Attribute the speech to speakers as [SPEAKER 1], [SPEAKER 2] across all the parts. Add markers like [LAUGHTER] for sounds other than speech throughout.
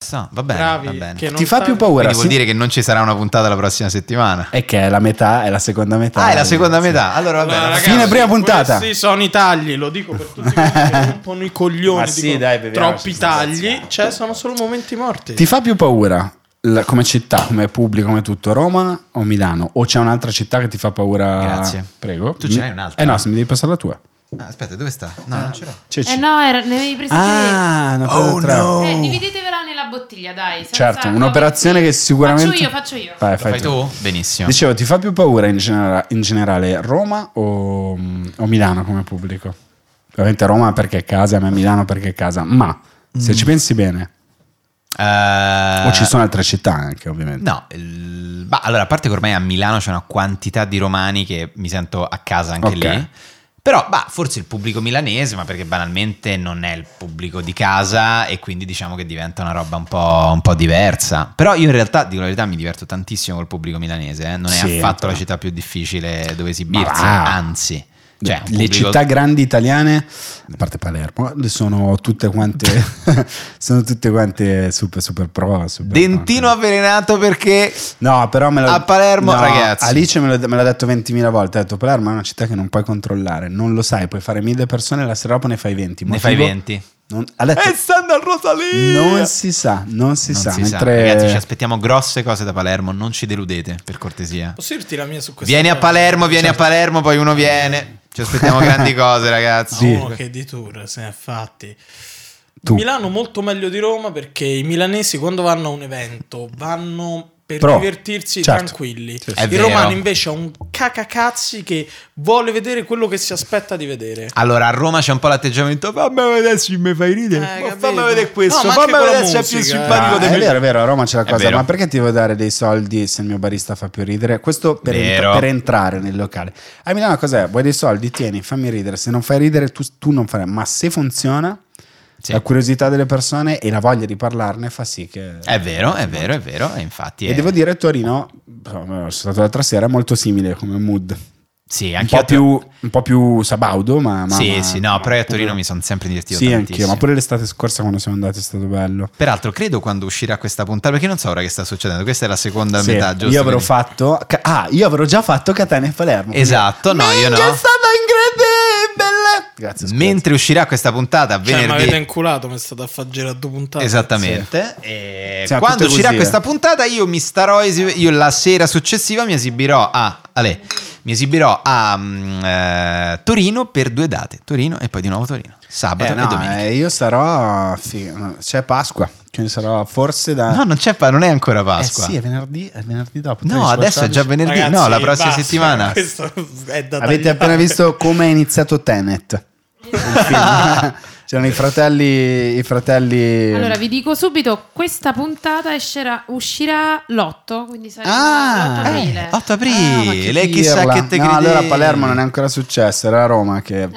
[SPEAKER 1] So, Ah, va bene,
[SPEAKER 2] Bravi,
[SPEAKER 1] va bene. Quindi
[SPEAKER 2] che non
[SPEAKER 3] Ti fa
[SPEAKER 2] sta-
[SPEAKER 3] più paura?
[SPEAKER 1] vuol
[SPEAKER 3] sì?
[SPEAKER 1] dire che non ci sarà una puntata la prossima settimana.
[SPEAKER 3] È che è la metà, è la seconda metà.
[SPEAKER 1] Ah, è la seconda
[SPEAKER 3] Sì.
[SPEAKER 1] metà. Allora, va
[SPEAKER 2] Allora,
[SPEAKER 1] bene.
[SPEAKER 2] ragazzi,
[SPEAKER 3] Fine prima puntata.
[SPEAKER 2] Sì, sono i tagli, lo dico per tutti quelli
[SPEAKER 3] [LAUGHS]
[SPEAKER 2] che rompono i coglioni.
[SPEAKER 3] Ma sì,
[SPEAKER 2] dicono,
[SPEAKER 3] dai, beviamoci
[SPEAKER 2] troppi
[SPEAKER 3] sta
[SPEAKER 2] tagli,
[SPEAKER 3] cazzo.
[SPEAKER 2] cioè sono solo momenti morti.
[SPEAKER 3] Ti fa più paura la- come città, come pubblico, come tutto, Roma o Milano? O c'è un'altra città che ti fa paura?
[SPEAKER 1] Grazie.
[SPEAKER 3] Prego.
[SPEAKER 1] Tu ce n'hai un'altra?
[SPEAKER 3] Eh no, se mi devi passare la tua.
[SPEAKER 1] Ah, aspetta, dove sta? No, non ce l'ho.
[SPEAKER 3] Ceci.
[SPEAKER 4] Eh no, era- ne avevi presi
[SPEAKER 3] Ah, no,
[SPEAKER 1] Oh,
[SPEAKER 3] tra-
[SPEAKER 1] no.
[SPEAKER 4] tre. Eh, dividetevela nella bottiglia, dai. senza
[SPEAKER 3] Certo,
[SPEAKER 4] cose.
[SPEAKER 3] un'operazione che sicuramente...
[SPEAKER 4] Faccio io, faccio io.
[SPEAKER 3] Vai,
[SPEAKER 1] Lo Eh, fai tu? Benissimo.
[SPEAKER 3] Dicevo, ti fa più paura in, genera- in generale Roma o, o Milano come pubblico? Ovviamente Roma perché è casa, ma Milano perché è casa. Ma
[SPEAKER 1] Mm.
[SPEAKER 3] se ci pensi bene,
[SPEAKER 1] Eh,
[SPEAKER 3] o ci sono altre città anche ovviamente.
[SPEAKER 1] No, il- ma allora, a parte che ormai a Milano c'è una quantità di romani che mi sento a casa anche
[SPEAKER 3] Ok.
[SPEAKER 1] lì. Però, bah, forse il pubblico milanese, ma perché banalmente non è il pubblico di casa e quindi diciamo che diventa una roba un po', un po' diversa. Però io in realtà, dico la verità, mi diverto tantissimo col pubblico milanese, eh. non è
[SPEAKER 3] Sì,
[SPEAKER 1] affatto
[SPEAKER 3] però.
[SPEAKER 1] la città più difficile dove esibirsi,
[SPEAKER 3] Ma va.
[SPEAKER 1] anzi. Cioè, un
[SPEAKER 3] le
[SPEAKER 1] pubblico-
[SPEAKER 3] città grandi italiane, a parte Palermo, sono tutte quante, [LAUGHS] sono tutte quante super, super pro. super
[SPEAKER 1] Dentino
[SPEAKER 3] pro.
[SPEAKER 1] avvelenato perché
[SPEAKER 3] No, però me lo-
[SPEAKER 1] a Palermo,
[SPEAKER 3] no,
[SPEAKER 1] ragazzi.
[SPEAKER 3] Alice me, lo- me l'ha detto 20.000 volte. Ha detto: Palermo è una città che non puoi controllare, non lo sai. Puoi fare mille persone, la sera dopo ne fai 20.
[SPEAKER 1] ne fai
[SPEAKER 3] Motivo?
[SPEAKER 1] 20.
[SPEAKER 3] Non, ha detto,
[SPEAKER 2] Eh,
[SPEAKER 1] E stanno a Rosalia!
[SPEAKER 3] non si sa, non si
[SPEAKER 1] Non
[SPEAKER 3] sa.
[SPEAKER 1] si
[SPEAKER 3] mentre
[SPEAKER 1] Ragazzi, ci aspettiamo grosse cose da Palermo, non ci deludete, per cortesia.
[SPEAKER 2] Posso dirti la mia su questo?
[SPEAKER 1] Vieni a Palermo, vieni
[SPEAKER 3] certo.
[SPEAKER 1] a Palermo, poi uno viene. Ci
[SPEAKER 3] [LAUGHS]
[SPEAKER 1] aspettiamo grandi cose, ragazzi.
[SPEAKER 3] Sì.
[SPEAKER 2] uno che di tour se ne è fatti.
[SPEAKER 3] Tu.
[SPEAKER 2] Milano molto meglio di Roma perché i milanesi quando vanno a un evento vanno per
[SPEAKER 3] Pro.
[SPEAKER 2] divertirsi
[SPEAKER 3] Certo.
[SPEAKER 2] tranquilli.
[SPEAKER 1] sì.
[SPEAKER 3] Sì,
[SPEAKER 1] È
[SPEAKER 2] Il
[SPEAKER 1] vero.
[SPEAKER 2] romano invece è un cacacazzi che vuole vedere quello che si aspetta di vedere.
[SPEAKER 1] Allora, a Roma c'è un po' l'atteggiamento. Fammi vedere se mi fai ridere.
[SPEAKER 2] Eh,
[SPEAKER 1] Ma
[SPEAKER 2] capito.
[SPEAKER 1] fammi vedere questo.
[SPEAKER 2] No, ma
[SPEAKER 1] fammi
[SPEAKER 2] anche con la
[SPEAKER 1] vedere se è più
[SPEAKER 2] musica, eh.
[SPEAKER 1] simpatico
[SPEAKER 3] Ah,
[SPEAKER 1] del
[SPEAKER 3] è vero, è vero, a Roma c'è la
[SPEAKER 1] È
[SPEAKER 3] cosa,
[SPEAKER 1] vero.
[SPEAKER 3] ma perché ti devo dare dei soldi se il mio barista fa più ridere? Questo per,
[SPEAKER 1] Vero.
[SPEAKER 3] entra- per entrare nel locale. A Milano cos'è? Vuoi dei soldi? Tieni, fammi ridere. Se non fai ridere tu, tu non farai, ma se funziona,
[SPEAKER 1] Sì.
[SPEAKER 3] la curiosità delle persone e la voglia di parlarne fa sì che...
[SPEAKER 1] È vero, è vero, è vero. E infatti,
[SPEAKER 3] E
[SPEAKER 1] è-
[SPEAKER 3] devo dire, Torino, sono stato l'altra sera, è molto simile come mood.
[SPEAKER 1] sì,
[SPEAKER 3] Un
[SPEAKER 1] anche
[SPEAKER 3] po, più, un po' più sabaudo, ma... ma-
[SPEAKER 1] Sì,
[SPEAKER 3] ma-
[SPEAKER 1] sì, no,
[SPEAKER 3] ma
[SPEAKER 1] però io a
[SPEAKER 3] pure-
[SPEAKER 1] Torino mi sono sempre divertito
[SPEAKER 3] Sì, anch'io,
[SPEAKER 1] tantissimo.
[SPEAKER 3] ma pure l'estate scorsa quando siamo andati è stato bello.
[SPEAKER 1] Peraltro, credo quando uscirà questa puntata, perché non so ora che sta succedendo. Questa è la seconda
[SPEAKER 3] Sì,
[SPEAKER 1] metà, giusto?
[SPEAKER 3] io avrò
[SPEAKER 1] Quindi-
[SPEAKER 3] fatto. ca- Ah, io avrò già fatto Catania e Palermo. quindi-
[SPEAKER 1] Esatto, no, io no.
[SPEAKER 3] Minchia, È stata incredibile. Grazie. scusa.
[SPEAKER 1] Mentre uscirà questa puntata,
[SPEAKER 2] Cioè, mi
[SPEAKER 1] venerdì.
[SPEAKER 2] avete inculato, mi è stato a far girare due
[SPEAKER 3] Ah,
[SPEAKER 2] puntate.
[SPEAKER 1] Esattamente. E
[SPEAKER 3] Siamo
[SPEAKER 1] quando
[SPEAKER 3] tutte
[SPEAKER 1] uscirà
[SPEAKER 3] così, eh.
[SPEAKER 1] questa puntata, io mi starò. esi- io la sera successiva mi esibirò a. Ale, mi esibirò a mm, eh, Torino per due date: Torino e poi di nuovo Torino. Sabato
[SPEAKER 3] Eh,
[SPEAKER 1] e
[SPEAKER 3] no,
[SPEAKER 1] domenica.
[SPEAKER 3] eh, io sarò. fi- no, c'è Pasqua, quindi sarò forse da.
[SPEAKER 1] No, non c'è, pa- non è ancora Pasqua.
[SPEAKER 3] Eh sì, è venerdì, è venerdì dopo.
[SPEAKER 1] no,
[SPEAKER 3] 13,
[SPEAKER 1] adesso è già
[SPEAKER 3] 14.
[SPEAKER 1] venerdì.
[SPEAKER 2] Ragazzi,
[SPEAKER 1] no, la prossima
[SPEAKER 2] basta,
[SPEAKER 1] settimana.
[SPEAKER 2] [LAUGHS] questo è da
[SPEAKER 3] Avete
[SPEAKER 2] tagliare.
[SPEAKER 3] appena visto come è iniziato Tenet. Il
[SPEAKER 1] [LAUGHS]
[SPEAKER 3] film. C'erano i fratelli. I fratelli.
[SPEAKER 4] Allora, vi dico subito, questa puntata escerà- uscirà l'8, quindi sarà
[SPEAKER 3] Ah,
[SPEAKER 4] l'8
[SPEAKER 3] eh,
[SPEAKER 4] aprile.
[SPEAKER 1] 8
[SPEAKER 3] Ah, ma
[SPEAKER 1] aprile,
[SPEAKER 3] che
[SPEAKER 1] lei chissà
[SPEAKER 3] pirla.
[SPEAKER 1] che te
[SPEAKER 3] no,
[SPEAKER 1] credi.
[SPEAKER 3] allora a Palermo non è ancora successo, era a Roma
[SPEAKER 4] [LAUGHS]
[SPEAKER 3] che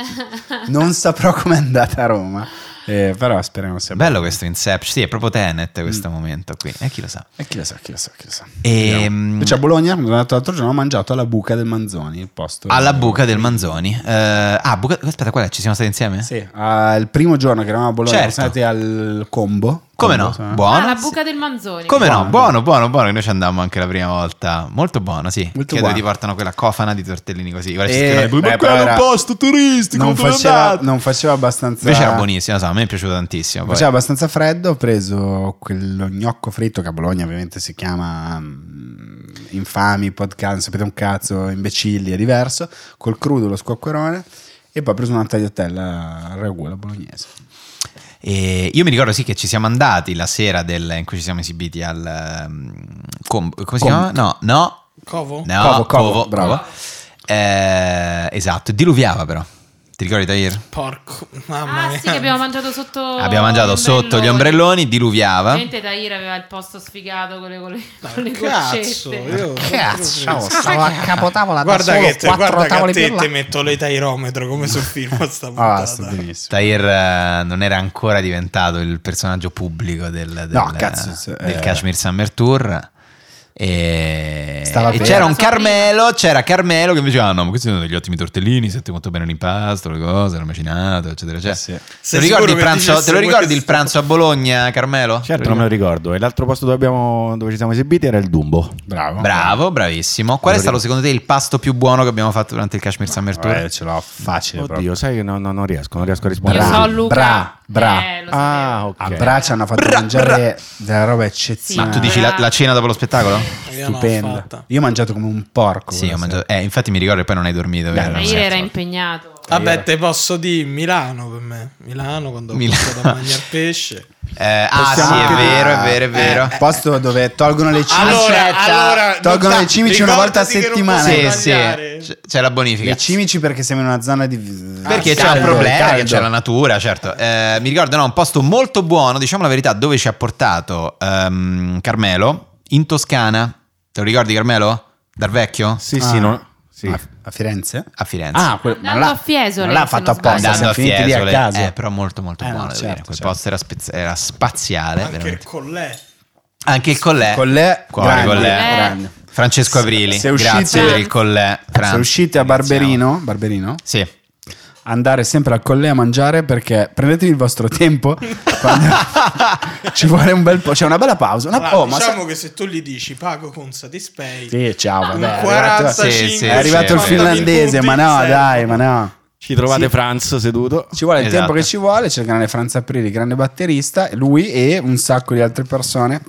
[SPEAKER 3] non saprò com'è andata a Roma, Eh, però speriamo sia
[SPEAKER 1] Bello questo Inception, sì, è proprio Tenet questo
[SPEAKER 3] Mm.
[SPEAKER 1] momento qui. E chi lo sa.
[SPEAKER 3] E Eh, chi lo sa, chi lo sa, chi lo sa.
[SPEAKER 1] Ehm,
[SPEAKER 3] Invece a Bologna, come ho detto l'altro giorno, ho mangiato alla buca del Manzoni, il posto.
[SPEAKER 1] alla buca del Manzoni. Eh, ah, buca, aspetta, qual è? Ci siamo stati insieme?
[SPEAKER 3] Sì, ah, il primo giorno che eravamo a Bologna,
[SPEAKER 1] Certo.
[SPEAKER 3] siamo andati al combo.
[SPEAKER 1] Come
[SPEAKER 3] Combo,
[SPEAKER 1] no? Boh,
[SPEAKER 3] insomma.
[SPEAKER 1] Buono.
[SPEAKER 4] Ah, la buca del Manzoni.
[SPEAKER 1] Come no?
[SPEAKER 3] eh.
[SPEAKER 1] Buono,
[SPEAKER 3] Buono.
[SPEAKER 1] buono, buono. che Noi ci andammo anche la prima volta. Molto buono, sì.
[SPEAKER 3] Molto
[SPEAKER 1] Chiedo
[SPEAKER 3] buono.
[SPEAKER 1] ti portano quella cofana di tortellini così. Ora ci
[SPEAKER 3] Eh,
[SPEAKER 1] scrivono,
[SPEAKER 3] beh,
[SPEAKER 1] ma
[SPEAKER 3] però
[SPEAKER 1] quello è
[SPEAKER 3] era-
[SPEAKER 1] un posto turistico.
[SPEAKER 3] Non
[SPEAKER 1] dove
[SPEAKER 3] faceva,
[SPEAKER 1] andate?"
[SPEAKER 3] non faceva abbastanza.
[SPEAKER 1] Invece era buonissimo, so, a me è piaciuto tantissimo. poi.
[SPEAKER 3] Faceva abbastanza freddo, ho preso quello gnocco fritto che a Bologna ovviamente si chiama mm, infami, podcast, sapete un cazzo, imbecilli, è diverso, col crudo lo squacquerone e poi ho preso una tagliatella al ragù alla bolognese.
[SPEAKER 1] E io mi ricordo sì che ci siamo andati la sera del- in cui ci siamo esibiti al... um, com- come si
[SPEAKER 3] Com-
[SPEAKER 1] chiama? No, no,
[SPEAKER 2] Covo?
[SPEAKER 1] no,
[SPEAKER 3] Covo, Covo, bravo.
[SPEAKER 1] Eh, esatto, diluviava però. Ti ricordi Tahir?
[SPEAKER 2] Porco, mamma
[SPEAKER 4] Ah,
[SPEAKER 2] mia.
[SPEAKER 4] sì, che abbiamo mangiato sotto.
[SPEAKER 1] Abbiamo
[SPEAKER 4] Oh,
[SPEAKER 1] mangiato sotto gli ombrelloni, eh? diluviava.
[SPEAKER 4] Ovviamente Tahir aveva il posto sfigato con le, con le,
[SPEAKER 2] Ma
[SPEAKER 4] con le
[SPEAKER 2] Cazzo,
[SPEAKER 4] goccette.
[SPEAKER 2] io
[SPEAKER 3] Cazzo, stavo a capotavola da
[SPEAKER 2] Guarda
[SPEAKER 3] solo
[SPEAKER 2] che, te,
[SPEAKER 3] quattro
[SPEAKER 2] guarda che a
[SPEAKER 3] tavole
[SPEAKER 2] te,
[SPEAKER 3] per
[SPEAKER 2] te
[SPEAKER 3] là.
[SPEAKER 2] metto l'etairometro come sul film a
[SPEAKER 1] [LAUGHS]
[SPEAKER 2] sta
[SPEAKER 3] Ah,
[SPEAKER 2] puntata.
[SPEAKER 3] sta benissimo.
[SPEAKER 1] Tahir eh, non era ancora diventato il personaggio pubblico del, del,
[SPEAKER 3] No, cazzo, se-
[SPEAKER 1] del
[SPEAKER 3] eh.
[SPEAKER 1] Kashmir Summer Tour. E,
[SPEAKER 3] Stava
[SPEAKER 1] e
[SPEAKER 3] bene.
[SPEAKER 1] c'era un
[SPEAKER 4] Sua prima.
[SPEAKER 1] Carmelo, c'era Carmelo che mi diceva: "Ah, No, ma questi sono degli ottimi tortellini. Sente molto bene l'impasto, le cose, l'ho macinato, eccetera. eccetera.
[SPEAKER 3] Eh Sì.
[SPEAKER 1] Te,
[SPEAKER 2] Sei
[SPEAKER 1] lo ricordi
[SPEAKER 2] sicuro
[SPEAKER 1] il
[SPEAKER 2] che
[SPEAKER 1] pranzo,
[SPEAKER 2] dicesse
[SPEAKER 1] te lo ricordi il
[SPEAKER 2] questo?
[SPEAKER 1] pranzo a Bologna, Carmelo?
[SPEAKER 5] Certo, non me lo ricordo. E l'altro posto dove, abbiamo- dove ci siamo esibiti era il Dumbo.
[SPEAKER 3] Bravo.
[SPEAKER 1] Bravo, bravissimo. Qual è stato secondo te il pasto più buono che abbiamo fatto durante il Kashmir Summer Tour?
[SPEAKER 3] Eh, ce l'ho facile
[SPEAKER 5] Oddio,
[SPEAKER 3] proprio.
[SPEAKER 5] sai che no- no- non riesco, non riesco a
[SPEAKER 4] Io
[SPEAKER 5] rispondere.
[SPEAKER 4] so
[SPEAKER 3] Bra,
[SPEAKER 4] Luca.
[SPEAKER 3] bra, bra.
[SPEAKER 4] Eh, lo
[SPEAKER 5] Ah,
[SPEAKER 4] sapevo.
[SPEAKER 5] ok.
[SPEAKER 3] A Bra ci hanno fatto mangiare della roba
[SPEAKER 1] Ma
[SPEAKER 3] eccezionale.
[SPEAKER 1] tu dici la, la cena dopo lo spettacolo?
[SPEAKER 2] Eh, Io non l'ho
[SPEAKER 3] Stupenda.
[SPEAKER 2] fatta.
[SPEAKER 3] Io ho mangiato come un porco.
[SPEAKER 1] Sì,
[SPEAKER 3] quella
[SPEAKER 1] ho
[SPEAKER 3] sera.
[SPEAKER 1] mangiato. Eh, infatti mi ricordo che poi non hai dormito. vero?
[SPEAKER 4] Tahir era impegnato.
[SPEAKER 2] Vabbè, te posso dire Milano per me. Milano quando ho
[SPEAKER 1] Milano.
[SPEAKER 2] portato a mangiare pesce.
[SPEAKER 1] Eh, ah, sì,
[SPEAKER 3] Possiamo
[SPEAKER 1] è
[SPEAKER 3] anche
[SPEAKER 1] vero, è
[SPEAKER 3] dire-
[SPEAKER 1] vero, è vero.
[SPEAKER 3] Eh, Posto dove tolgono le cimici.
[SPEAKER 1] Aspetta.
[SPEAKER 3] Tolgono le cimici una volta a
[SPEAKER 2] ricordati che non
[SPEAKER 3] settimana.
[SPEAKER 2] posso
[SPEAKER 3] eh,
[SPEAKER 1] sì, sì,
[SPEAKER 2] sbagliare.
[SPEAKER 1] c'è- c'è la bonifica.
[SPEAKER 3] Le cimici perché siamo in una zona di...
[SPEAKER 1] Perché c'è un
[SPEAKER 3] caldo,
[SPEAKER 1] problema, che
[SPEAKER 3] caldo.
[SPEAKER 1] c'è la natura, certo. Eh, mi ricordo, no, un posto molto buono, diciamo la verità, dove ci ha portato ehm, Carmelo, in Toscana. Te lo ricordi Carmelo? Dal vecchio?
[SPEAKER 5] Sì,
[SPEAKER 3] Ah.
[SPEAKER 5] sì, no- sì.
[SPEAKER 3] A, a Firenze?
[SPEAKER 1] A Firenze.
[SPEAKER 3] Ah, quel,
[SPEAKER 4] Andando a Fiesole,
[SPEAKER 3] non l'ha
[SPEAKER 4] se
[SPEAKER 3] fatto
[SPEAKER 4] non sbaglio.
[SPEAKER 3] apposta,
[SPEAKER 1] Andando
[SPEAKER 3] siamo
[SPEAKER 1] a
[SPEAKER 3] finiti lì a
[SPEAKER 1] Fiesole,
[SPEAKER 3] caso.
[SPEAKER 1] eh, però molto molto
[SPEAKER 3] Eh, no,
[SPEAKER 1] buono, devo
[SPEAKER 3] certo,
[SPEAKER 1] dire. Quel
[SPEAKER 3] certo.
[SPEAKER 1] posto era, spez- era spaziale,
[SPEAKER 2] Anche il
[SPEAKER 1] veramente.
[SPEAKER 2] collè.
[SPEAKER 1] Anche il collè.
[SPEAKER 3] Collè,
[SPEAKER 1] Cuore,
[SPEAKER 3] grande,
[SPEAKER 1] collè.
[SPEAKER 3] grande.
[SPEAKER 1] Francesco Avrili,
[SPEAKER 3] se uscite-
[SPEAKER 1] grazie per il collè. Franz.
[SPEAKER 3] Se uscite a Barberino, Barberino,
[SPEAKER 1] Sì.
[SPEAKER 3] andare sempre al Collè a mangiare perché prendetevi il vostro tempo. quando- [LAUGHS] ci vuole un bel po'. C'è una bella pausa. Una...
[SPEAKER 2] Allora,
[SPEAKER 3] oh, ma
[SPEAKER 2] diciamo
[SPEAKER 3] sa-
[SPEAKER 2] che se tu gli dici pago con Satispay,
[SPEAKER 3] Sì, ciao, vabbè,
[SPEAKER 2] un
[SPEAKER 3] è arrivato-
[SPEAKER 2] 45,
[SPEAKER 1] Sì, sì,
[SPEAKER 3] è arrivato il
[SPEAKER 2] 50.000
[SPEAKER 3] finlandese, ma no,
[SPEAKER 2] punti,
[SPEAKER 3] dai, ma no.
[SPEAKER 5] Ci trovate Franz seduto.
[SPEAKER 3] Ci vuole il
[SPEAKER 1] Esatto.
[SPEAKER 3] tempo che ci vuole, c'è il grande Franz Aprile, il grande batterista, lui e un sacco di altre persone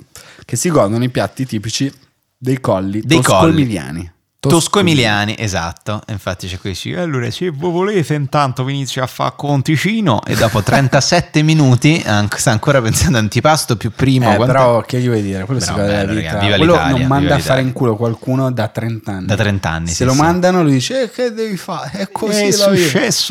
[SPEAKER 3] che si godono i piatti tipici dei colli
[SPEAKER 1] Dei colli.
[SPEAKER 3] tosco-emiliani.
[SPEAKER 1] Tosco Emiliani, esatto. Infatti c'è questo. Allora, se voi volete, intanto venite a fare conticino. E dopo 37 [LAUGHS] minuti an- sta ancora pensando antipasto più primo.
[SPEAKER 3] Eh,
[SPEAKER 1] quanto-
[SPEAKER 3] però che gli vuoi dire? Quello si
[SPEAKER 1] Però
[SPEAKER 3] gode della
[SPEAKER 1] bello,
[SPEAKER 3] vita.
[SPEAKER 1] raga, viva
[SPEAKER 3] Quello
[SPEAKER 1] l'Italia,
[SPEAKER 3] non
[SPEAKER 1] viva
[SPEAKER 3] manda a
[SPEAKER 1] l'Italia.
[SPEAKER 3] fare in culo qualcuno da 30 anni.
[SPEAKER 1] Da 30 anni,
[SPEAKER 3] Se
[SPEAKER 1] sì,
[SPEAKER 3] lo
[SPEAKER 1] sì.
[SPEAKER 3] mandano lui dice "Eh, che devi fare? È così la vita".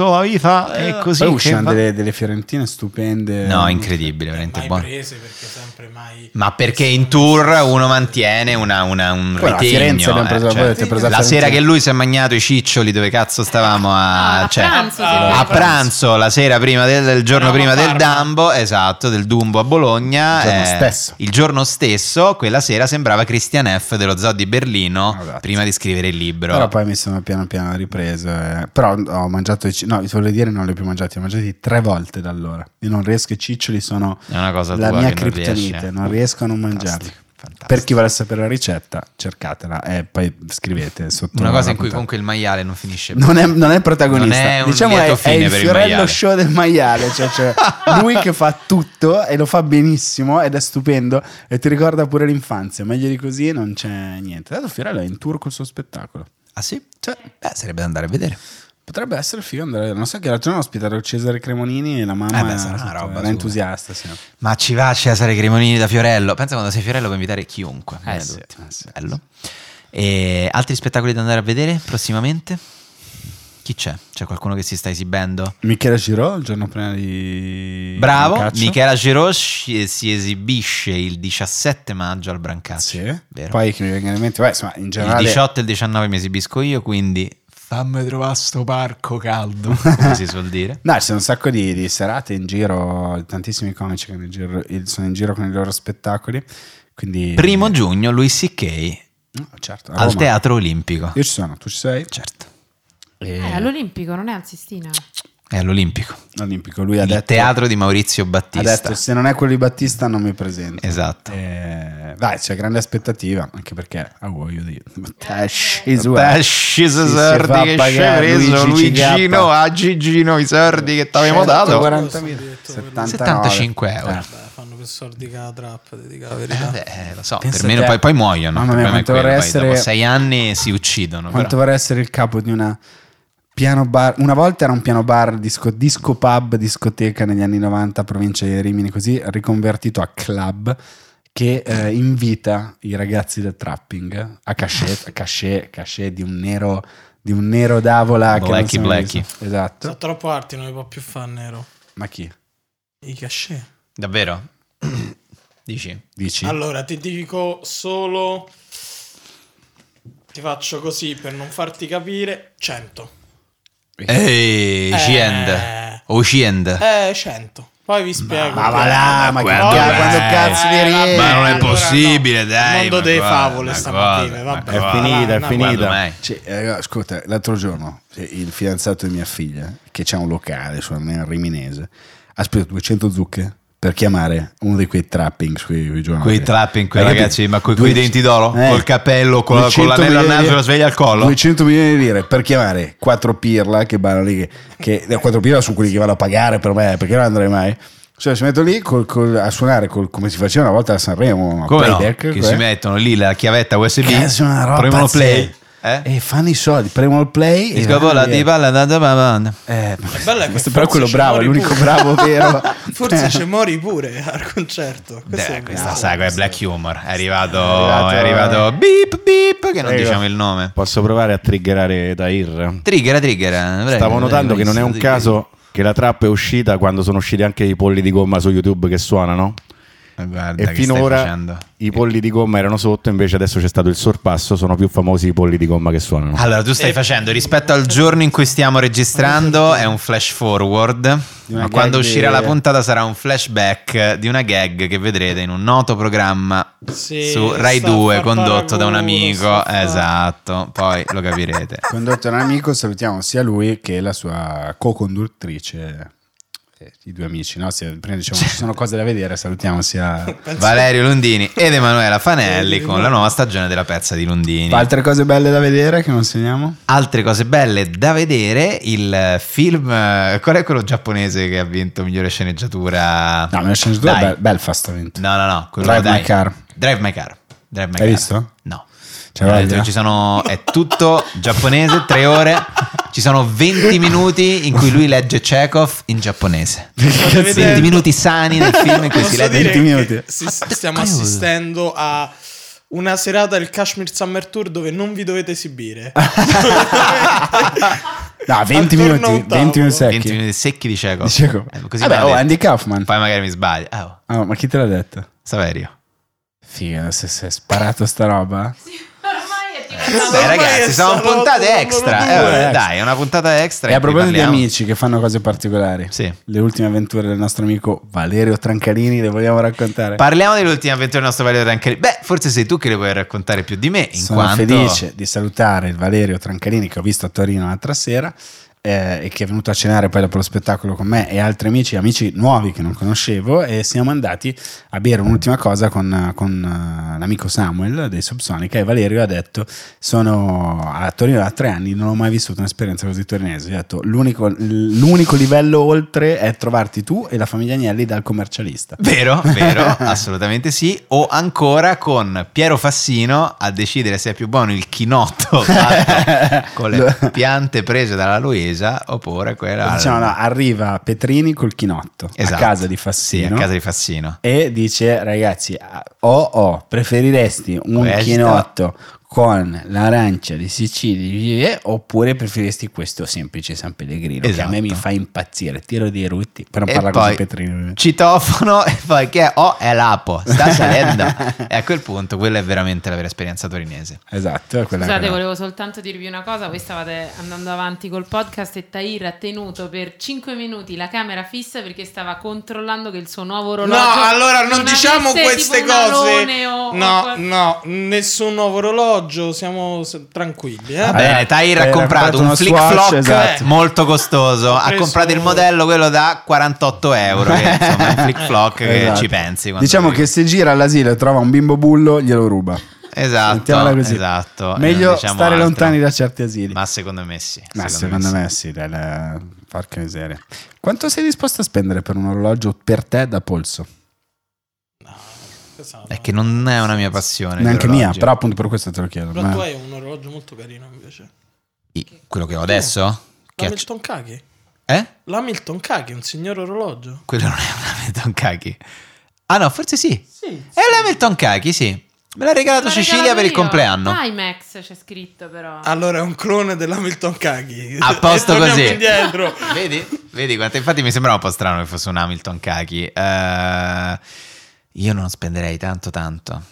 [SPEAKER 1] la vita è
[SPEAKER 3] Poi usciranno delle, delle fiorentine stupende.
[SPEAKER 1] No, incredibile, veramente
[SPEAKER 2] mai
[SPEAKER 1] buono.
[SPEAKER 2] prese perché sempre mai.
[SPEAKER 1] Ma perché in tour uno mantiene una, una- un
[SPEAKER 3] Poi alla
[SPEAKER 1] ritegno,
[SPEAKER 3] Firenze abbiamo preso-
[SPEAKER 1] eh,
[SPEAKER 3] voi avete preso la
[SPEAKER 1] la sera
[SPEAKER 3] Fiorentina.
[SPEAKER 1] che lui si è mangiato i ciccioli dove cazzo stavamo a,
[SPEAKER 4] Ah, a
[SPEAKER 1] cioè,
[SPEAKER 4] pranzo,
[SPEAKER 1] a-
[SPEAKER 4] sì,
[SPEAKER 1] a
[SPEAKER 4] a
[SPEAKER 1] pranzo. la sera prima del, del giorno prima
[SPEAKER 2] Eravamo a
[SPEAKER 1] del
[SPEAKER 2] Parma.
[SPEAKER 1] Dumbo esatto del Dumbo a Bologna
[SPEAKER 3] Il giorno
[SPEAKER 1] eh,
[SPEAKER 3] stesso.
[SPEAKER 1] il giorno stesso quella sera sembrava Christian F dello zoo di Berlino
[SPEAKER 3] Esatto.
[SPEAKER 1] prima di scrivere il libro
[SPEAKER 3] Però poi mi sono piano piano ripreso. eh. Però ho mangiato i ci- No, voglio dire, non li ho più mangiati. Li ho mangiati tre volte da allora. Io non riesco. I ciccioli sono
[SPEAKER 1] È una cosa
[SPEAKER 3] la
[SPEAKER 1] tua
[SPEAKER 3] mia
[SPEAKER 1] che non
[SPEAKER 3] criptonite.
[SPEAKER 1] riesci. eh.
[SPEAKER 3] Non, riesco a non mangiarli.
[SPEAKER 1] Fantastico, fantastico.
[SPEAKER 3] Per chi vuole sapere la ricetta, cercatela e poi scrivete sotto.
[SPEAKER 1] una cosa
[SPEAKER 3] la
[SPEAKER 1] in cui
[SPEAKER 3] puntata.
[SPEAKER 1] comunque il maiale non finisce più.
[SPEAKER 3] Non è, non è protagonista,
[SPEAKER 1] Non è un
[SPEAKER 3] diciamo
[SPEAKER 1] lieto
[SPEAKER 3] è, è
[SPEAKER 1] fine
[SPEAKER 3] il
[SPEAKER 1] per il
[SPEAKER 3] fiorello
[SPEAKER 1] maiale.
[SPEAKER 3] show del maiale, cioè, cioè, lui che fa tutto e lo fa benissimo ed è stupendo e ti ricorda pure l'infanzia, meglio di così non c'è niente. Dato Fiorello è in tour col suo spettacolo,
[SPEAKER 1] ah sì?
[SPEAKER 3] Cioè,
[SPEAKER 1] beh sarebbe da andare a vedere
[SPEAKER 3] potrebbe essere figo andare, non so che l'altro giorno ho ospitato Cesare Cremonini e la mamma
[SPEAKER 1] Eh beh, sarà una
[SPEAKER 3] era
[SPEAKER 1] roba
[SPEAKER 3] era
[SPEAKER 1] sua.
[SPEAKER 3] entusiasta, sì.
[SPEAKER 1] Ma ci va Cesare Cremonini da Fiorello. Pensa quando sei Fiorello puoi invitare chiunque. Viene
[SPEAKER 3] sì,
[SPEAKER 1] tutti.
[SPEAKER 3] eh sì,
[SPEAKER 1] Bello. E altri spettacoli da andare a vedere prossimamente? Chi c'è? C'è qualcuno che si sta esibendo?
[SPEAKER 3] Michela Girò il giorno prima di
[SPEAKER 1] Bravo,
[SPEAKER 3] Brancaccio.
[SPEAKER 1] Michela Gerò si si esibisce il 17 maggio al Brancaccio.
[SPEAKER 3] Sì.
[SPEAKER 1] Vero.
[SPEAKER 3] Poi che mi venga in mente, beh, insomma, in
[SPEAKER 1] il
[SPEAKER 3] generale
[SPEAKER 1] 18 e il 19 mi esibisco io, quindi fammi trovare sto parco caldo, [LAUGHS] come si suol dire.
[SPEAKER 3] [LAUGHS] No, ci sono un sacco di, di serate in giro, tantissimi comici che in giro- il- sono in giro con i loro spettacoli. Quindi,
[SPEAKER 1] Primo giugno Luis C.K.
[SPEAKER 3] No, certo, a
[SPEAKER 1] al
[SPEAKER 3] Roma.
[SPEAKER 1] Teatro Olimpico.
[SPEAKER 3] Io ci sono, tu ci sei?
[SPEAKER 1] Certo,
[SPEAKER 4] Eh, all'Olimpico, non è al Sistina.
[SPEAKER 1] è all'Olimpico.
[SPEAKER 3] Olimpico. Lui ha
[SPEAKER 1] Il
[SPEAKER 3] detto,
[SPEAKER 1] teatro di Maurizio
[SPEAKER 3] ha
[SPEAKER 1] Battista.
[SPEAKER 3] detto: Se non è quello di Battista, non mi presento.
[SPEAKER 1] Esatto.
[SPEAKER 3] Eh, dai, c'è grande aspettativa. Anche perché a voi io dico,
[SPEAKER 1] Pesci Eh, se sordi che ci hai preso Luigino
[SPEAKER 3] eh,
[SPEAKER 1] a Gigino i sordi che ti
[SPEAKER 3] certo,
[SPEAKER 1] avevamo dato 75 euro
[SPEAKER 2] Beh, fanno più soldi che la trap, ti dico la verità.
[SPEAKER 1] Eh, eh, lo so,
[SPEAKER 3] Pensa
[SPEAKER 1] per meno
[SPEAKER 3] te-
[SPEAKER 1] poi, poi muoiono
[SPEAKER 3] Mamma
[SPEAKER 1] il
[SPEAKER 3] mia,
[SPEAKER 1] problema è
[SPEAKER 3] quanto vorrei
[SPEAKER 1] quello, poi
[SPEAKER 3] essere-
[SPEAKER 1] dopo sei anni si uccidono
[SPEAKER 3] Quanto
[SPEAKER 1] però.
[SPEAKER 3] vorrei essere il capo di una piano bar? Una volta era un piano bar, disco, disco pub, discoteca negli anni 90, provincia di Rimini, così riconvertito a club che eh, invita i ragazzi del trapping a cachet, a cachet, cachet di un nero di un nero d'avola che non
[SPEAKER 1] Blackie,
[SPEAKER 3] sono
[SPEAKER 1] Blackie.
[SPEAKER 3] visto. Esatto.
[SPEAKER 2] Sono troppo arti, non li può più fare nero.
[SPEAKER 3] Ma chi?
[SPEAKER 2] I cachet.
[SPEAKER 3] [CLEARS THROAT]
[SPEAKER 1] Davvero? Dici?
[SPEAKER 3] Dici?
[SPEAKER 2] Allora, ti dico solo... Ti faccio così per non farti capire. 100.
[SPEAKER 1] Ehi, Cient. O Cient.
[SPEAKER 2] Eh, 100. Poi vi spiego.
[SPEAKER 3] ma va là, ma che
[SPEAKER 1] Quando
[SPEAKER 3] ca-
[SPEAKER 1] è?
[SPEAKER 3] quando cazzo vi
[SPEAKER 2] Eh, vabbè,
[SPEAKER 3] riesce?
[SPEAKER 1] Ma non è
[SPEAKER 2] allora
[SPEAKER 1] possibile,
[SPEAKER 2] no.
[SPEAKER 1] dai.
[SPEAKER 2] Mondo
[SPEAKER 1] ma
[SPEAKER 2] dei
[SPEAKER 1] guarda,
[SPEAKER 2] favole
[SPEAKER 1] ma
[SPEAKER 2] stamattina,
[SPEAKER 1] guarda,
[SPEAKER 2] vabbè.
[SPEAKER 1] ma
[SPEAKER 5] È
[SPEAKER 2] Va,
[SPEAKER 1] guarda.
[SPEAKER 5] finita, è
[SPEAKER 2] no,
[SPEAKER 5] finita.
[SPEAKER 1] Guarda mai.
[SPEAKER 3] Cioè, eh, ascolta, l'altro giorno eh, il fidanzato di mia figlia, che c'ha un locale su nel Riminese, ha speso 200 zucche per chiamare uno di quei trappings, quei, quei giornali.
[SPEAKER 1] Quei trapping, quei
[SPEAKER 3] Hai capito?
[SPEAKER 1] ragazzi, ma coi- coi
[SPEAKER 3] Due-
[SPEAKER 1] denti d'oro? Col cappello, con la- con
[SPEAKER 3] 200
[SPEAKER 1] l'anello al
[SPEAKER 3] milioni di-
[SPEAKER 1] naso e la sveglia al collo?
[SPEAKER 3] 200 milioni di lire per chiamare quattro pirla che vanno lì, che, che- quattro pirla sono quelli che vanno a pagare per me, perché non andrei mai. Cioè, si metto lì col- col- a suonare col- come si faceva una volta a Sanremo, a
[SPEAKER 1] Come no?
[SPEAKER 3] playback,
[SPEAKER 1] Che
[SPEAKER 3] eh.
[SPEAKER 1] si mettono lì la chiavetta USB,
[SPEAKER 3] Cazzo, Eh, una roba
[SPEAKER 1] premono
[SPEAKER 3] pazzesca. Eh,
[SPEAKER 1] play. Eh?
[SPEAKER 3] E fanno i soldi, premono il play.
[SPEAKER 1] Il
[SPEAKER 3] e
[SPEAKER 1] scopo
[SPEAKER 3] vanno
[SPEAKER 1] la
[SPEAKER 3] via.
[SPEAKER 1] di palla da- da- da- da- da-
[SPEAKER 3] Eh,
[SPEAKER 2] bello è che
[SPEAKER 3] questo però è quello
[SPEAKER 2] forse
[SPEAKER 3] bravo,
[SPEAKER 2] ci
[SPEAKER 3] è
[SPEAKER 2] muori
[SPEAKER 3] l'unico
[SPEAKER 1] [LAUGHS]
[SPEAKER 2] pure.
[SPEAKER 3] bravo vero. [LAUGHS]
[SPEAKER 2] Forse ci mori pure al concerto. Questo
[SPEAKER 1] Beh,
[SPEAKER 2] è
[SPEAKER 1] questa
[SPEAKER 2] bravo.
[SPEAKER 1] saga è black humor. È arrivato,
[SPEAKER 3] È
[SPEAKER 1] è
[SPEAKER 3] arrivato-
[SPEAKER 1] arrivato beep beep, che non
[SPEAKER 3] Prego.
[SPEAKER 1] diciamo il nome.
[SPEAKER 5] Posso provare a triggerare Tahir?
[SPEAKER 1] Trigger, trigger. eh, prego,
[SPEAKER 5] Stavo
[SPEAKER 1] prego,
[SPEAKER 5] notando che non è un
[SPEAKER 1] trigger.
[SPEAKER 5] caso che la trappa è uscita quando sono usciti anche i polli di gomma su YouTube che suonano.
[SPEAKER 1] Ma Guarda,
[SPEAKER 5] E
[SPEAKER 1] che
[SPEAKER 5] finora
[SPEAKER 1] stai facendo?
[SPEAKER 5] i polli di gomma erano sotto, invece adesso c'è stato il sorpasso, sono più famosi i polli di gomma che suonano.
[SPEAKER 1] Allora, tu stai facendo rispetto al giorno in cui stiamo registrando, è un flash forward.
[SPEAKER 3] Di una
[SPEAKER 1] Ma quando
[SPEAKER 3] gag-
[SPEAKER 1] uscirà la puntata sarà un flashback di una gag che vedrete in un noto programma
[SPEAKER 2] Sì,
[SPEAKER 1] su Rai
[SPEAKER 2] sta a
[SPEAKER 1] 2
[SPEAKER 2] far
[SPEAKER 1] condotto da un
[SPEAKER 2] paraculo, sta
[SPEAKER 1] amico.
[SPEAKER 2] a far-
[SPEAKER 1] Esatto, poi lo capirete.
[SPEAKER 3] Condotto da un amico, salutiamo sia lui che la sua co-conduttrice, eh, i due amici. No? Se prima dicevamo ci sono cose da vedere, salutiamo sia.
[SPEAKER 2] Penso-
[SPEAKER 1] Valerio Lundini ed Emanuela Fanelli con la nuova stagione della pezza di Lundini.
[SPEAKER 3] Altre cose belle da vedere che non segniamo?
[SPEAKER 1] Altre cose belle da vedere, il film, eh, qual è quello giapponese che ha vinto migliore sceneggiatura?
[SPEAKER 3] No, me ne sento due,
[SPEAKER 1] Dai.
[SPEAKER 3] Bel- Belfast ha vinto.
[SPEAKER 1] No, no, no. quello
[SPEAKER 3] Drive
[SPEAKER 1] dai.
[SPEAKER 3] My Car.
[SPEAKER 1] Drive My Car. Drive My
[SPEAKER 3] Hai
[SPEAKER 1] Car.
[SPEAKER 3] visto?
[SPEAKER 1] No.
[SPEAKER 3] Cioè,
[SPEAKER 1] No,
[SPEAKER 3] guarda.
[SPEAKER 1] dentro ci sono, è tutto giapponese, tre ore. Ci sono 20 minuti in cui lui legge Chekhov in giapponese.
[SPEAKER 2] Fate vedere-
[SPEAKER 1] 20 minuti sani nel film in cui si
[SPEAKER 2] Posso
[SPEAKER 1] legge.
[SPEAKER 2] dire
[SPEAKER 3] 20 minuti.
[SPEAKER 2] che si-
[SPEAKER 1] Ah,
[SPEAKER 2] stiamo
[SPEAKER 1] cavolo.
[SPEAKER 2] assistendo a una serata del Kashmir Summer Tour dove non vi
[SPEAKER 1] [LAUGHS]
[SPEAKER 2] dovete esibire.
[SPEAKER 3] No, 20
[SPEAKER 2] Attorno a un
[SPEAKER 3] minuti,
[SPEAKER 2] tavolo.
[SPEAKER 3] 20 minuti
[SPEAKER 1] 20
[SPEAKER 3] secchi.
[SPEAKER 1] minuti secchi di Chekhov.
[SPEAKER 3] Dicevo,
[SPEAKER 1] Eh, così me
[SPEAKER 3] vabbè,
[SPEAKER 1] l'ha
[SPEAKER 3] oh,
[SPEAKER 1] detto.
[SPEAKER 3] Andy Kaufman.
[SPEAKER 1] Poi magari mi sbaglio. Ah, Oh,
[SPEAKER 3] Ah, ma chi te l'ha detto?
[SPEAKER 1] Saverio.
[SPEAKER 3] Figa, eh, se si è sparato sta roba.
[SPEAKER 4] Ormai è tipo
[SPEAKER 2] Ma
[SPEAKER 1] Beh,
[SPEAKER 2] ormai
[SPEAKER 1] ragazzi,
[SPEAKER 2] è
[SPEAKER 1] sono
[SPEAKER 2] stato
[SPEAKER 1] puntate
[SPEAKER 2] numero
[SPEAKER 1] extra.
[SPEAKER 2] due.
[SPEAKER 1] Eh, vabbè, dai, è una puntata extra.
[SPEAKER 3] E
[SPEAKER 1] in
[SPEAKER 3] a
[SPEAKER 1] cui
[SPEAKER 3] proposito di
[SPEAKER 1] parliamo-
[SPEAKER 3] amici che fanno cose particolari,
[SPEAKER 1] Sì.
[SPEAKER 3] le ultime avventure del nostro amico Valerio Trancalini le vogliamo raccontare?
[SPEAKER 1] Parliamo dell'ultima avventura del nostro Valerio Rancalini. Beh, forse sei tu che le puoi raccontare più di me. In
[SPEAKER 3] Sono
[SPEAKER 1] quanto
[SPEAKER 3] felice di salutare il Valerio Trancalini che ho visto a Torino l'altra sera eh, e che è venuto a cenare poi dopo lo spettacolo con me e altri amici, amici nuovi che non conoscevo e siamo andati a bere un'ultima cosa con, con, eh, l'amico Samuel dei Subsonica e Valerio ha detto sono a Torino da tre anni, non ho mai vissuto un'esperienza così torinese, Gli ho detto l'unico, l'unico livello oltre è trovarti tu e la famiglia Agnelli dal commercialista.
[SPEAKER 1] Vero,
[SPEAKER 3] [LAUGHS]
[SPEAKER 1] vero, assolutamente sì. O ancora con Piero Fassino a decidere se è più buono il chinotto
[SPEAKER 3] [LAUGHS]
[SPEAKER 1] fatto con le piante prese dalla Luisa oppure quella.
[SPEAKER 3] Diciamo, no, arriva Petrini col chinotto
[SPEAKER 1] Esatto.
[SPEAKER 3] a casa di
[SPEAKER 1] Sì,
[SPEAKER 3] Fassino.
[SPEAKER 1] a casa di Fassino.
[SPEAKER 3] e dice ragazzi o oh, oh, preferiresti un
[SPEAKER 1] Questo.
[SPEAKER 3] chinotto con l'arancia di Sicilia eh, oppure preferiresti questo semplice San Pellegrino che a me
[SPEAKER 1] Esatto.
[SPEAKER 3] mi fa impazzire tiro dei rutti per non
[SPEAKER 1] E
[SPEAKER 3] parlare
[SPEAKER 1] poi
[SPEAKER 3] così Petrino eh.
[SPEAKER 1] Citofono [LAUGHS] e poi che è? Oh, è l'apo, sta
[SPEAKER 3] [LAUGHS]
[SPEAKER 1] salendo. e a quel punto quella è veramente la vera esperienza torinese.
[SPEAKER 3] esatto è quella
[SPEAKER 4] Scusate,
[SPEAKER 3] quella.
[SPEAKER 4] volevo soltanto dirvi una cosa. Voi stavate andando avanti col podcast e Tahir ha tenuto per 5 minuti la camera fissa perché stava controllando che il suo nuovo orologio.
[SPEAKER 2] No, allora non diciamo
[SPEAKER 4] avesse
[SPEAKER 2] queste
[SPEAKER 4] tipo un alone
[SPEAKER 2] cose.
[SPEAKER 4] o- o
[SPEAKER 2] No,
[SPEAKER 4] qual-
[SPEAKER 2] no, nessun nuovo orologio, siamo s- tranquilli, eh.
[SPEAKER 1] Va
[SPEAKER 3] Vabbè,
[SPEAKER 1] bene, Tahir ha
[SPEAKER 3] Tahir ha
[SPEAKER 1] comprato
[SPEAKER 3] comprato
[SPEAKER 1] un
[SPEAKER 3] uno
[SPEAKER 1] flick
[SPEAKER 3] Swatch,
[SPEAKER 1] flock
[SPEAKER 3] esatto.
[SPEAKER 1] molto costoso. Ha
[SPEAKER 2] Preso-
[SPEAKER 1] comprato il modello, quello da 48 euro. Che insomma, è un
[SPEAKER 3] [LAUGHS]
[SPEAKER 1] flick flock che
[SPEAKER 3] Esatto.
[SPEAKER 1] ci pensi. quando
[SPEAKER 3] diciamo
[SPEAKER 1] arrivi.
[SPEAKER 3] che se gira all'asilo e trova un bimbo bullo glielo ruba Mettiamola
[SPEAKER 1] Esatto,
[SPEAKER 3] così.
[SPEAKER 1] esatto. e
[SPEAKER 3] meglio
[SPEAKER 1] non diciamo
[SPEAKER 3] stare
[SPEAKER 1] altro.
[SPEAKER 3] lontani da certi asili
[SPEAKER 1] Ma secondo me sì.
[SPEAKER 3] Ma secondo, me sì, dai, la- porca miseria. Quanto sei disposto a spendere per un orologio per te da polso?
[SPEAKER 2] Esatto.
[SPEAKER 1] sì. È che non è una mia passione. gli
[SPEAKER 3] Neanche mia,
[SPEAKER 1] orologi.
[SPEAKER 3] però appunto per questo te lo chiedo.
[SPEAKER 2] Però
[SPEAKER 3] ma-
[SPEAKER 2] tu hai un orologio molto carino invece.
[SPEAKER 1] I- Quello che ho adesso? Che acc-
[SPEAKER 2] L'Hamilton Kaki.
[SPEAKER 1] eh?
[SPEAKER 2] L'Hamilton Kaki, un signor orologio.
[SPEAKER 1] Quello non è un Hamilton Kaki. Ah no, forse sì.
[SPEAKER 2] Sì.
[SPEAKER 1] È un Hamilton Kaki, sì. Me l'ha regalato
[SPEAKER 4] L'ho
[SPEAKER 1] Cecilia
[SPEAKER 4] regalato
[SPEAKER 1] per il
[SPEAKER 4] io.
[SPEAKER 1] compleanno.
[SPEAKER 4] IMAX c'è scritto però.
[SPEAKER 2] Allora è un clone dell'Hamilton Kagi.
[SPEAKER 1] A posto
[SPEAKER 2] E [LAUGHS] torniamo
[SPEAKER 1] così.
[SPEAKER 2] indietro.
[SPEAKER 1] Vedi? Vedi quanto? Infatti mi sembrava un po' strano che fosse un Hamilton Kaki. Eh, io non spenderei tanto tanto.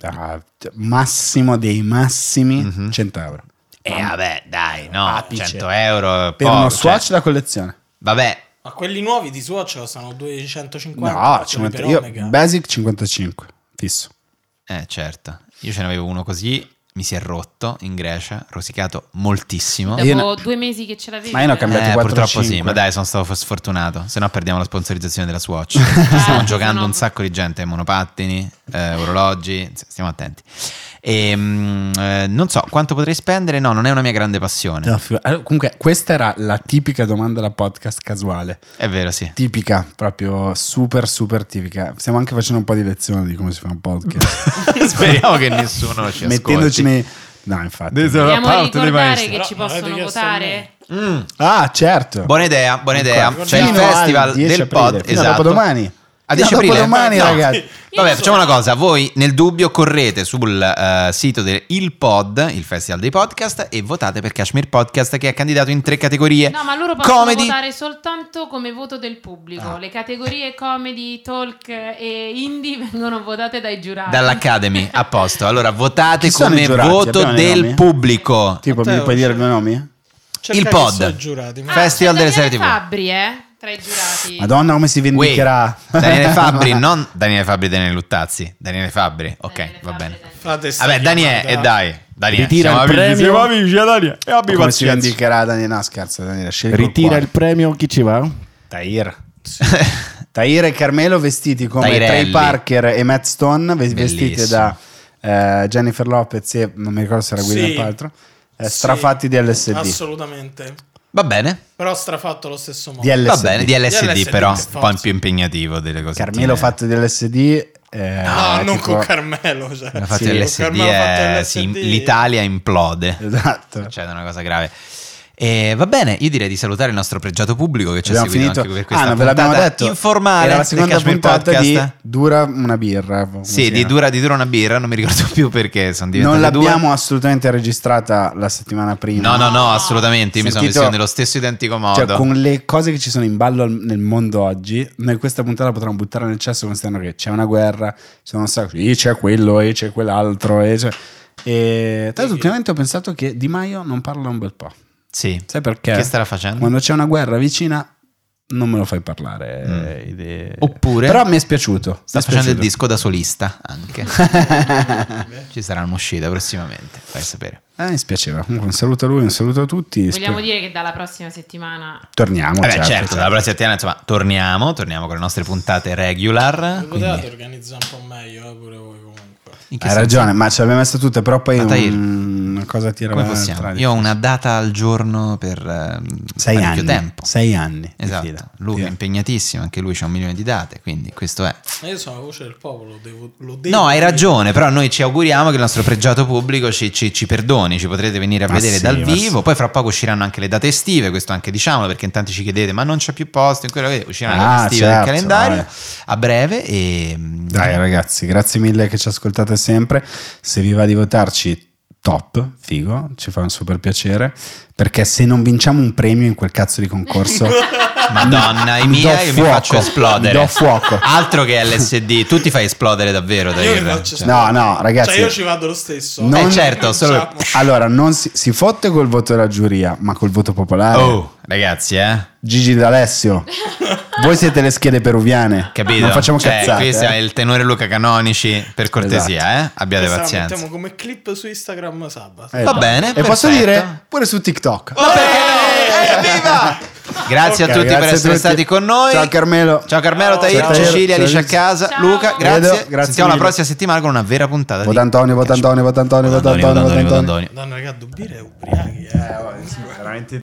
[SPEAKER 3] Ah, massimo dei massimi 100 euro Eh,
[SPEAKER 1] E vabbè, dai, Mhm. Eh, no,
[SPEAKER 3] Apice.
[SPEAKER 1] 100 euro.
[SPEAKER 3] per
[SPEAKER 1] poco,
[SPEAKER 3] uno
[SPEAKER 1] cioè,
[SPEAKER 3] Swatch da collezione.
[SPEAKER 1] vabbè,
[SPEAKER 2] Ma quelli nuovi di Swatch costano 250.
[SPEAKER 3] No,
[SPEAKER 2] quelli
[SPEAKER 3] 50
[SPEAKER 2] per Omega.
[SPEAKER 3] io, Basic 55 fisso.
[SPEAKER 1] eh, certo. Io ce n'avevo uno così, mi si è rotto in Grecia, rosicato moltissimo.
[SPEAKER 4] Dopo
[SPEAKER 3] io no-
[SPEAKER 4] due mesi che ce l'avevi.
[SPEAKER 3] Ma io ne ho cambiato-
[SPEAKER 1] Eh,
[SPEAKER 3] cambiati
[SPEAKER 1] purtroppo
[SPEAKER 3] 4
[SPEAKER 1] sì,
[SPEAKER 3] cinque.
[SPEAKER 1] ma dai, sono stato sfortunato. Se no, perdiamo la sponsorizzazione della
[SPEAKER 3] [LAUGHS]
[SPEAKER 1] Swatch. Ci stiamo
[SPEAKER 3] Esatto,
[SPEAKER 4] Eh,
[SPEAKER 1] giocando
[SPEAKER 4] no.
[SPEAKER 1] un sacco di gente, monopattini, eh, orologi. s- Stiamo attenti. E, mm, eh, non so quanto potrei spendere. No, non è una mia grande passione.
[SPEAKER 3] No, figu- allora, comunque, questa era la tipica domanda da podcast casuale.
[SPEAKER 1] È vero, sì. [LAUGHS]
[SPEAKER 3] Tipica, proprio super, super tipica. Stiamo anche facendo un po' di lezione di come si fa un
[SPEAKER 1] [LAUGHS]
[SPEAKER 3] podcast.
[SPEAKER 1] Speriamo che nessuno ci
[SPEAKER 3] Mettendoci
[SPEAKER 1] ascolti.
[SPEAKER 3] nei... No, infatti.
[SPEAKER 4] Vogliamo Eh, ricordare che
[SPEAKER 2] Però
[SPEAKER 4] ci
[SPEAKER 2] non avete
[SPEAKER 4] possono
[SPEAKER 2] chiesto a
[SPEAKER 4] votare?
[SPEAKER 3] Ah, certo.
[SPEAKER 1] Mm, Buona idea, buona idea.
[SPEAKER 3] Ancora.
[SPEAKER 1] C'è il
[SPEAKER 3] Fino al
[SPEAKER 1] festival
[SPEAKER 3] 10
[SPEAKER 1] del
[SPEAKER 3] aprile,
[SPEAKER 1] pod.
[SPEAKER 3] fino a
[SPEAKER 1] Esatto.
[SPEAKER 3] dopodomani.
[SPEAKER 1] A
[SPEAKER 3] Fino
[SPEAKER 1] 10
[SPEAKER 3] a
[SPEAKER 1] aprile.
[SPEAKER 3] dopodomani,
[SPEAKER 1] No.
[SPEAKER 3] ragazzi.
[SPEAKER 1] Vabbè, facciamo una cosa. Voi nel dubbio correte sul eh, sito del Il Pod, il festival dei podcast, e votate per Kashmir Podcast che è candidato in tre categorie.
[SPEAKER 4] No, ma loro possono
[SPEAKER 1] Eh, Comedy. Ah.
[SPEAKER 4] votare soltanto come voto del pubblico. Le categorie comedy, talk e indie [LAUGHS] vengono votate dai giurati.
[SPEAKER 1] [LAUGHS] Dall'Academy,
[SPEAKER 4] [LAUGHS]
[SPEAKER 1] a posto. Allora, votate
[SPEAKER 3] Chi sono
[SPEAKER 1] come
[SPEAKER 3] i giurati?
[SPEAKER 1] voto
[SPEAKER 3] Abbiamo i
[SPEAKER 1] del
[SPEAKER 3] nomi?
[SPEAKER 1] pubblico.
[SPEAKER 3] Tipo, mi
[SPEAKER 2] Matteo,
[SPEAKER 3] puoi dire
[SPEAKER 2] c'è-
[SPEAKER 3] due nomi?
[SPEAKER 2] Cercate
[SPEAKER 1] il pod.
[SPEAKER 2] se sono giurati, ma-
[SPEAKER 4] Ah,
[SPEAKER 1] Festival
[SPEAKER 4] c'è
[SPEAKER 1] delle serie
[SPEAKER 4] Daniele
[SPEAKER 1] TV.
[SPEAKER 4] Fabbri, eh? Tra i giurati.
[SPEAKER 3] Madonna, come si
[SPEAKER 1] Uè,
[SPEAKER 3] vendicherà. [LAUGHS]
[SPEAKER 1] Daniele Fabbri, non Daniele Fabbri, Daniele Luttazzi. Daniele Fabbri, ok,
[SPEAKER 4] Daniele
[SPEAKER 1] va
[SPEAKER 4] Fabbri,
[SPEAKER 1] bene.
[SPEAKER 4] Daniele Fabbri.
[SPEAKER 2] Fate eh. sta
[SPEAKER 1] Vabbè, Daniele, e
[SPEAKER 2] chiamata.
[SPEAKER 1] dai, Daniele,
[SPEAKER 5] Ritira
[SPEAKER 1] siamo
[SPEAKER 5] il
[SPEAKER 1] amici.
[SPEAKER 5] premio.
[SPEAKER 1] Siamo amici, Daniele. E abbi
[SPEAKER 3] Come si
[SPEAKER 1] pazienza.
[SPEAKER 3] vendicherà Daniele? No, scherzo, Daniele. Scegli col
[SPEAKER 5] Ritira
[SPEAKER 3] cuore.
[SPEAKER 5] il premio, chi ci va?
[SPEAKER 3] Tahir. Tahir e Carmelo vestiti come
[SPEAKER 1] Tahirelli.
[SPEAKER 3] Trey Parker e Matt Stone, ve- vestiti
[SPEAKER 1] Bellissimo.
[SPEAKER 3] da eh, Jennifer Lopez e non mi ricordo se era Guido
[SPEAKER 2] Sì.
[SPEAKER 3] Paltrow, eh,
[SPEAKER 2] Sì,
[SPEAKER 3] strafatti di LSD.
[SPEAKER 2] Assolutamente.
[SPEAKER 1] Va bene,
[SPEAKER 2] Però strafatto allo stesso modo.
[SPEAKER 3] Di LSD.
[SPEAKER 1] va bene, DLSD,
[SPEAKER 2] DLSD,
[SPEAKER 1] però,
[SPEAKER 2] per
[SPEAKER 1] un po'
[SPEAKER 2] forza.
[SPEAKER 1] più impegnativo delle cose.
[SPEAKER 3] Carmelo fatto di LSD. eh,
[SPEAKER 2] No, non
[SPEAKER 3] tipo-
[SPEAKER 2] con Carmelo. Cioè.
[SPEAKER 1] Ha fatto
[SPEAKER 2] Sì, con
[SPEAKER 1] LSD,
[SPEAKER 2] Carmelo ha fatto
[SPEAKER 1] eh,
[SPEAKER 2] LSD.
[SPEAKER 1] sì, l'Italia implode.
[SPEAKER 3] Esatto.
[SPEAKER 1] Succede una cosa grave. E va bene, io direi di salutare il nostro pregiato pubblico che ci ha
[SPEAKER 3] abbiamo
[SPEAKER 1] seguito
[SPEAKER 3] finito.
[SPEAKER 1] anche per
[SPEAKER 3] ah,
[SPEAKER 1] questa
[SPEAKER 3] non ve l'abbiamo
[SPEAKER 1] puntata
[SPEAKER 3] detto.
[SPEAKER 1] informale
[SPEAKER 3] Era la
[SPEAKER 1] del
[SPEAKER 3] seconda
[SPEAKER 1] Cashmere
[SPEAKER 3] puntata
[SPEAKER 1] Podcast.
[SPEAKER 3] di Dura una birra. come
[SPEAKER 1] Sì,
[SPEAKER 3] si
[SPEAKER 1] di
[SPEAKER 3] chiama.
[SPEAKER 1] dura, di dura una birra, non mi ricordo più perché sono diventate
[SPEAKER 3] Non
[SPEAKER 1] due.
[SPEAKER 3] l'abbiamo assolutamente registrata la settimana prima.
[SPEAKER 1] No, no, no, assolutamente. Io mi sono
[SPEAKER 3] Sentito-
[SPEAKER 1] messo nello stesso identico modo.
[SPEAKER 3] Cioè, con le cose che ci sono in ballo al- nel mondo oggi, noi questa puntata potremmo buttare nel cesso considerando che c'è una guerra, ci sono un sacco, e c'è quello, e c'è quell'altro, e c'è... E tra l'altro ultimamente ho pensato che Di Maio non parla un bel po'.
[SPEAKER 1] Sì.
[SPEAKER 3] Sai perché?
[SPEAKER 1] Che starà facendo?
[SPEAKER 3] Quando c'è una guerra vicina non me lo fai parlare. eh, idee.
[SPEAKER 1] Mm. Oppure-
[SPEAKER 3] Però mi è spiaciuto.
[SPEAKER 1] Sta
[SPEAKER 3] mi è
[SPEAKER 1] facendo il
[SPEAKER 3] spiaciuto.
[SPEAKER 1] disco da solista
[SPEAKER 3] [LAUGHS]
[SPEAKER 1] anche. Ci sarà un'uscita prossimamente, fai sapere.
[SPEAKER 3] Eh, mi spiaceva. Comunque un saluto a lui, un saluto a tutti.
[SPEAKER 4] Vogliamo
[SPEAKER 3] Sper-
[SPEAKER 4] dire che dalla prossima settimana
[SPEAKER 3] Torniamo.
[SPEAKER 1] Vabbè, certo,
[SPEAKER 3] certo,
[SPEAKER 1] dalla prossima settimana insomma torniamo, torniamo con le nostre puntate regular.
[SPEAKER 2] Potevate
[SPEAKER 1] Quindi,
[SPEAKER 2] organizzare un po' meglio, eh, pure voi comunque.
[SPEAKER 1] in che
[SPEAKER 3] Hai
[SPEAKER 1] senso?
[SPEAKER 3] ragione, ma ce l'abbiamo messa tutta, però poi
[SPEAKER 1] Ma Tahir,
[SPEAKER 3] un- una cosa tira
[SPEAKER 1] Come
[SPEAKER 3] l'altra.
[SPEAKER 1] possiamo? Io ho una data al giorno per ehm,
[SPEAKER 3] sei
[SPEAKER 1] parecchio
[SPEAKER 3] anni,
[SPEAKER 1] tempo.
[SPEAKER 3] sei anni di
[SPEAKER 1] Esatto,
[SPEAKER 3] fila.
[SPEAKER 1] lui
[SPEAKER 3] Sì.
[SPEAKER 1] è impegnatissimo, anche lui c'ha un milione di date, quindi questo è.
[SPEAKER 2] Ma io sono la voce del popolo, devo, lo devo.
[SPEAKER 1] No, hai ragione, però noi ci auguriamo che il nostro pregiato pubblico ci, ci- ci perdoni, ci potrete venire a
[SPEAKER 3] Ma
[SPEAKER 1] vedere
[SPEAKER 3] sì,
[SPEAKER 1] dal
[SPEAKER 3] ma
[SPEAKER 1] vivo,
[SPEAKER 3] sì.
[SPEAKER 1] poi fra poco usciranno anche le date estive, questo anche diciamolo perché in tanti ci chiedete ma non c'è più posto, in quella usciranno le
[SPEAKER 3] Ah,
[SPEAKER 1] date estive
[SPEAKER 3] certo,
[SPEAKER 1] del calendario
[SPEAKER 3] dai.
[SPEAKER 1] a breve e... mm,
[SPEAKER 3] Dai ragazzi, grazie mille che ci ascoltate sempre. Se vi va di votarci, top, figo, ci fa un super piacere. Perché se non vinciamo un premio in quel cazzo di
[SPEAKER 2] [LAUGHS]
[SPEAKER 3] concorso,
[SPEAKER 1] Madonna
[SPEAKER 3] mi
[SPEAKER 1] mia,
[SPEAKER 3] do
[SPEAKER 1] io mi
[SPEAKER 3] fuoco,
[SPEAKER 1] faccio esplodere. Ah,
[SPEAKER 3] mi do fuoco.
[SPEAKER 1] Altro che LSD, tu ti fai esplodere davvero,
[SPEAKER 2] Io
[SPEAKER 1] Tahir.
[SPEAKER 2] mi faccio
[SPEAKER 1] Cioè,
[SPEAKER 3] no, no, ragazzi.
[SPEAKER 2] Cioè, io ci vado lo stesso.
[SPEAKER 3] Non-
[SPEAKER 1] Eh, certo, solo- [LAUGHS]
[SPEAKER 2] Diciamo.
[SPEAKER 3] Allora, non si, si fotte col voto della giuria, ma col voto popolare.
[SPEAKER 1] Oh, ragazzi, eh.
[SPEAKER 3] Gigi D'Alessio, voi siete le schede peruviane.
[SPEAKER 1] Capito?
[SPEAKER 3] Non facciamo
[SPEAKER 1] cioè,
[SPEAKER 3] cazzate.
[SPEAKER 1] Qui
[SPEAKER 3] eh. Esatto.
[SPEAKER 1] è il tenore Luca Canonici, per cortesia, eh. Abbiate
[SPEAKER 2] Questa la
[SPEAKER 1] pazienza.
[SPEAKER 2] mettiamo come clip su Instagram sabato.
[SPEAKER 3] Eh,
[SPEAKER 1] Va bene,
[SPEAKER 3] E posso
[SPEAKER 1] perfetto.
[SPEAKER 3] dire pure su TikTok.
[SPEAKER 1] Grazie
[SPEAKER 3] Ok,
[SPEAKER 1] a tutti
[SPEAKER 3] grazie
[SPEAKER 1] per
[SPEAKER 3] a
[SPEAKER 1] essere
[SPEAKER 3] tutti.
[SPEAKER 1] stati con noi.
[SPEAKER 3] Ciao, Carmelo.
[SPEAKER 1] Ciao Carmelo,
[SPEAKER 2] Ciao.
[SPEAKER 1] Tahir,
[SPEAKER 3] Ciao, Tahir.
[SPEAKER 1] Cecilia,
[SPEAKER 3] Ciao,
[SPEAKER 1] Alice a
[SPEAKER 3] Alice.
[SPEAKER 1] casa,
[SPEAKER 4] Ciao.
[SPEAKER 1] Luca,
[SPEAKER 3] Vedo,
[SPEAKER 1] grazie.
[SPEAKER 3] grazie
[SPEAKER 1] Sentiamo la
[SPEAKER 3] mille.
[SPEAKER 1] prossima settimana con una vera puntata
[SPEAKER 3] Vota
[SPEAKER 1] di
[SPEAKER 3] Antonio, vota Antonio, vota Antonio, vota Antonio, vota Antonio.
[SPEAKER 1] Antonio.
[SPEAKER 2] Madonna, raga, Dubire è ubriachi, eh.
[SPEAKER 3] veramente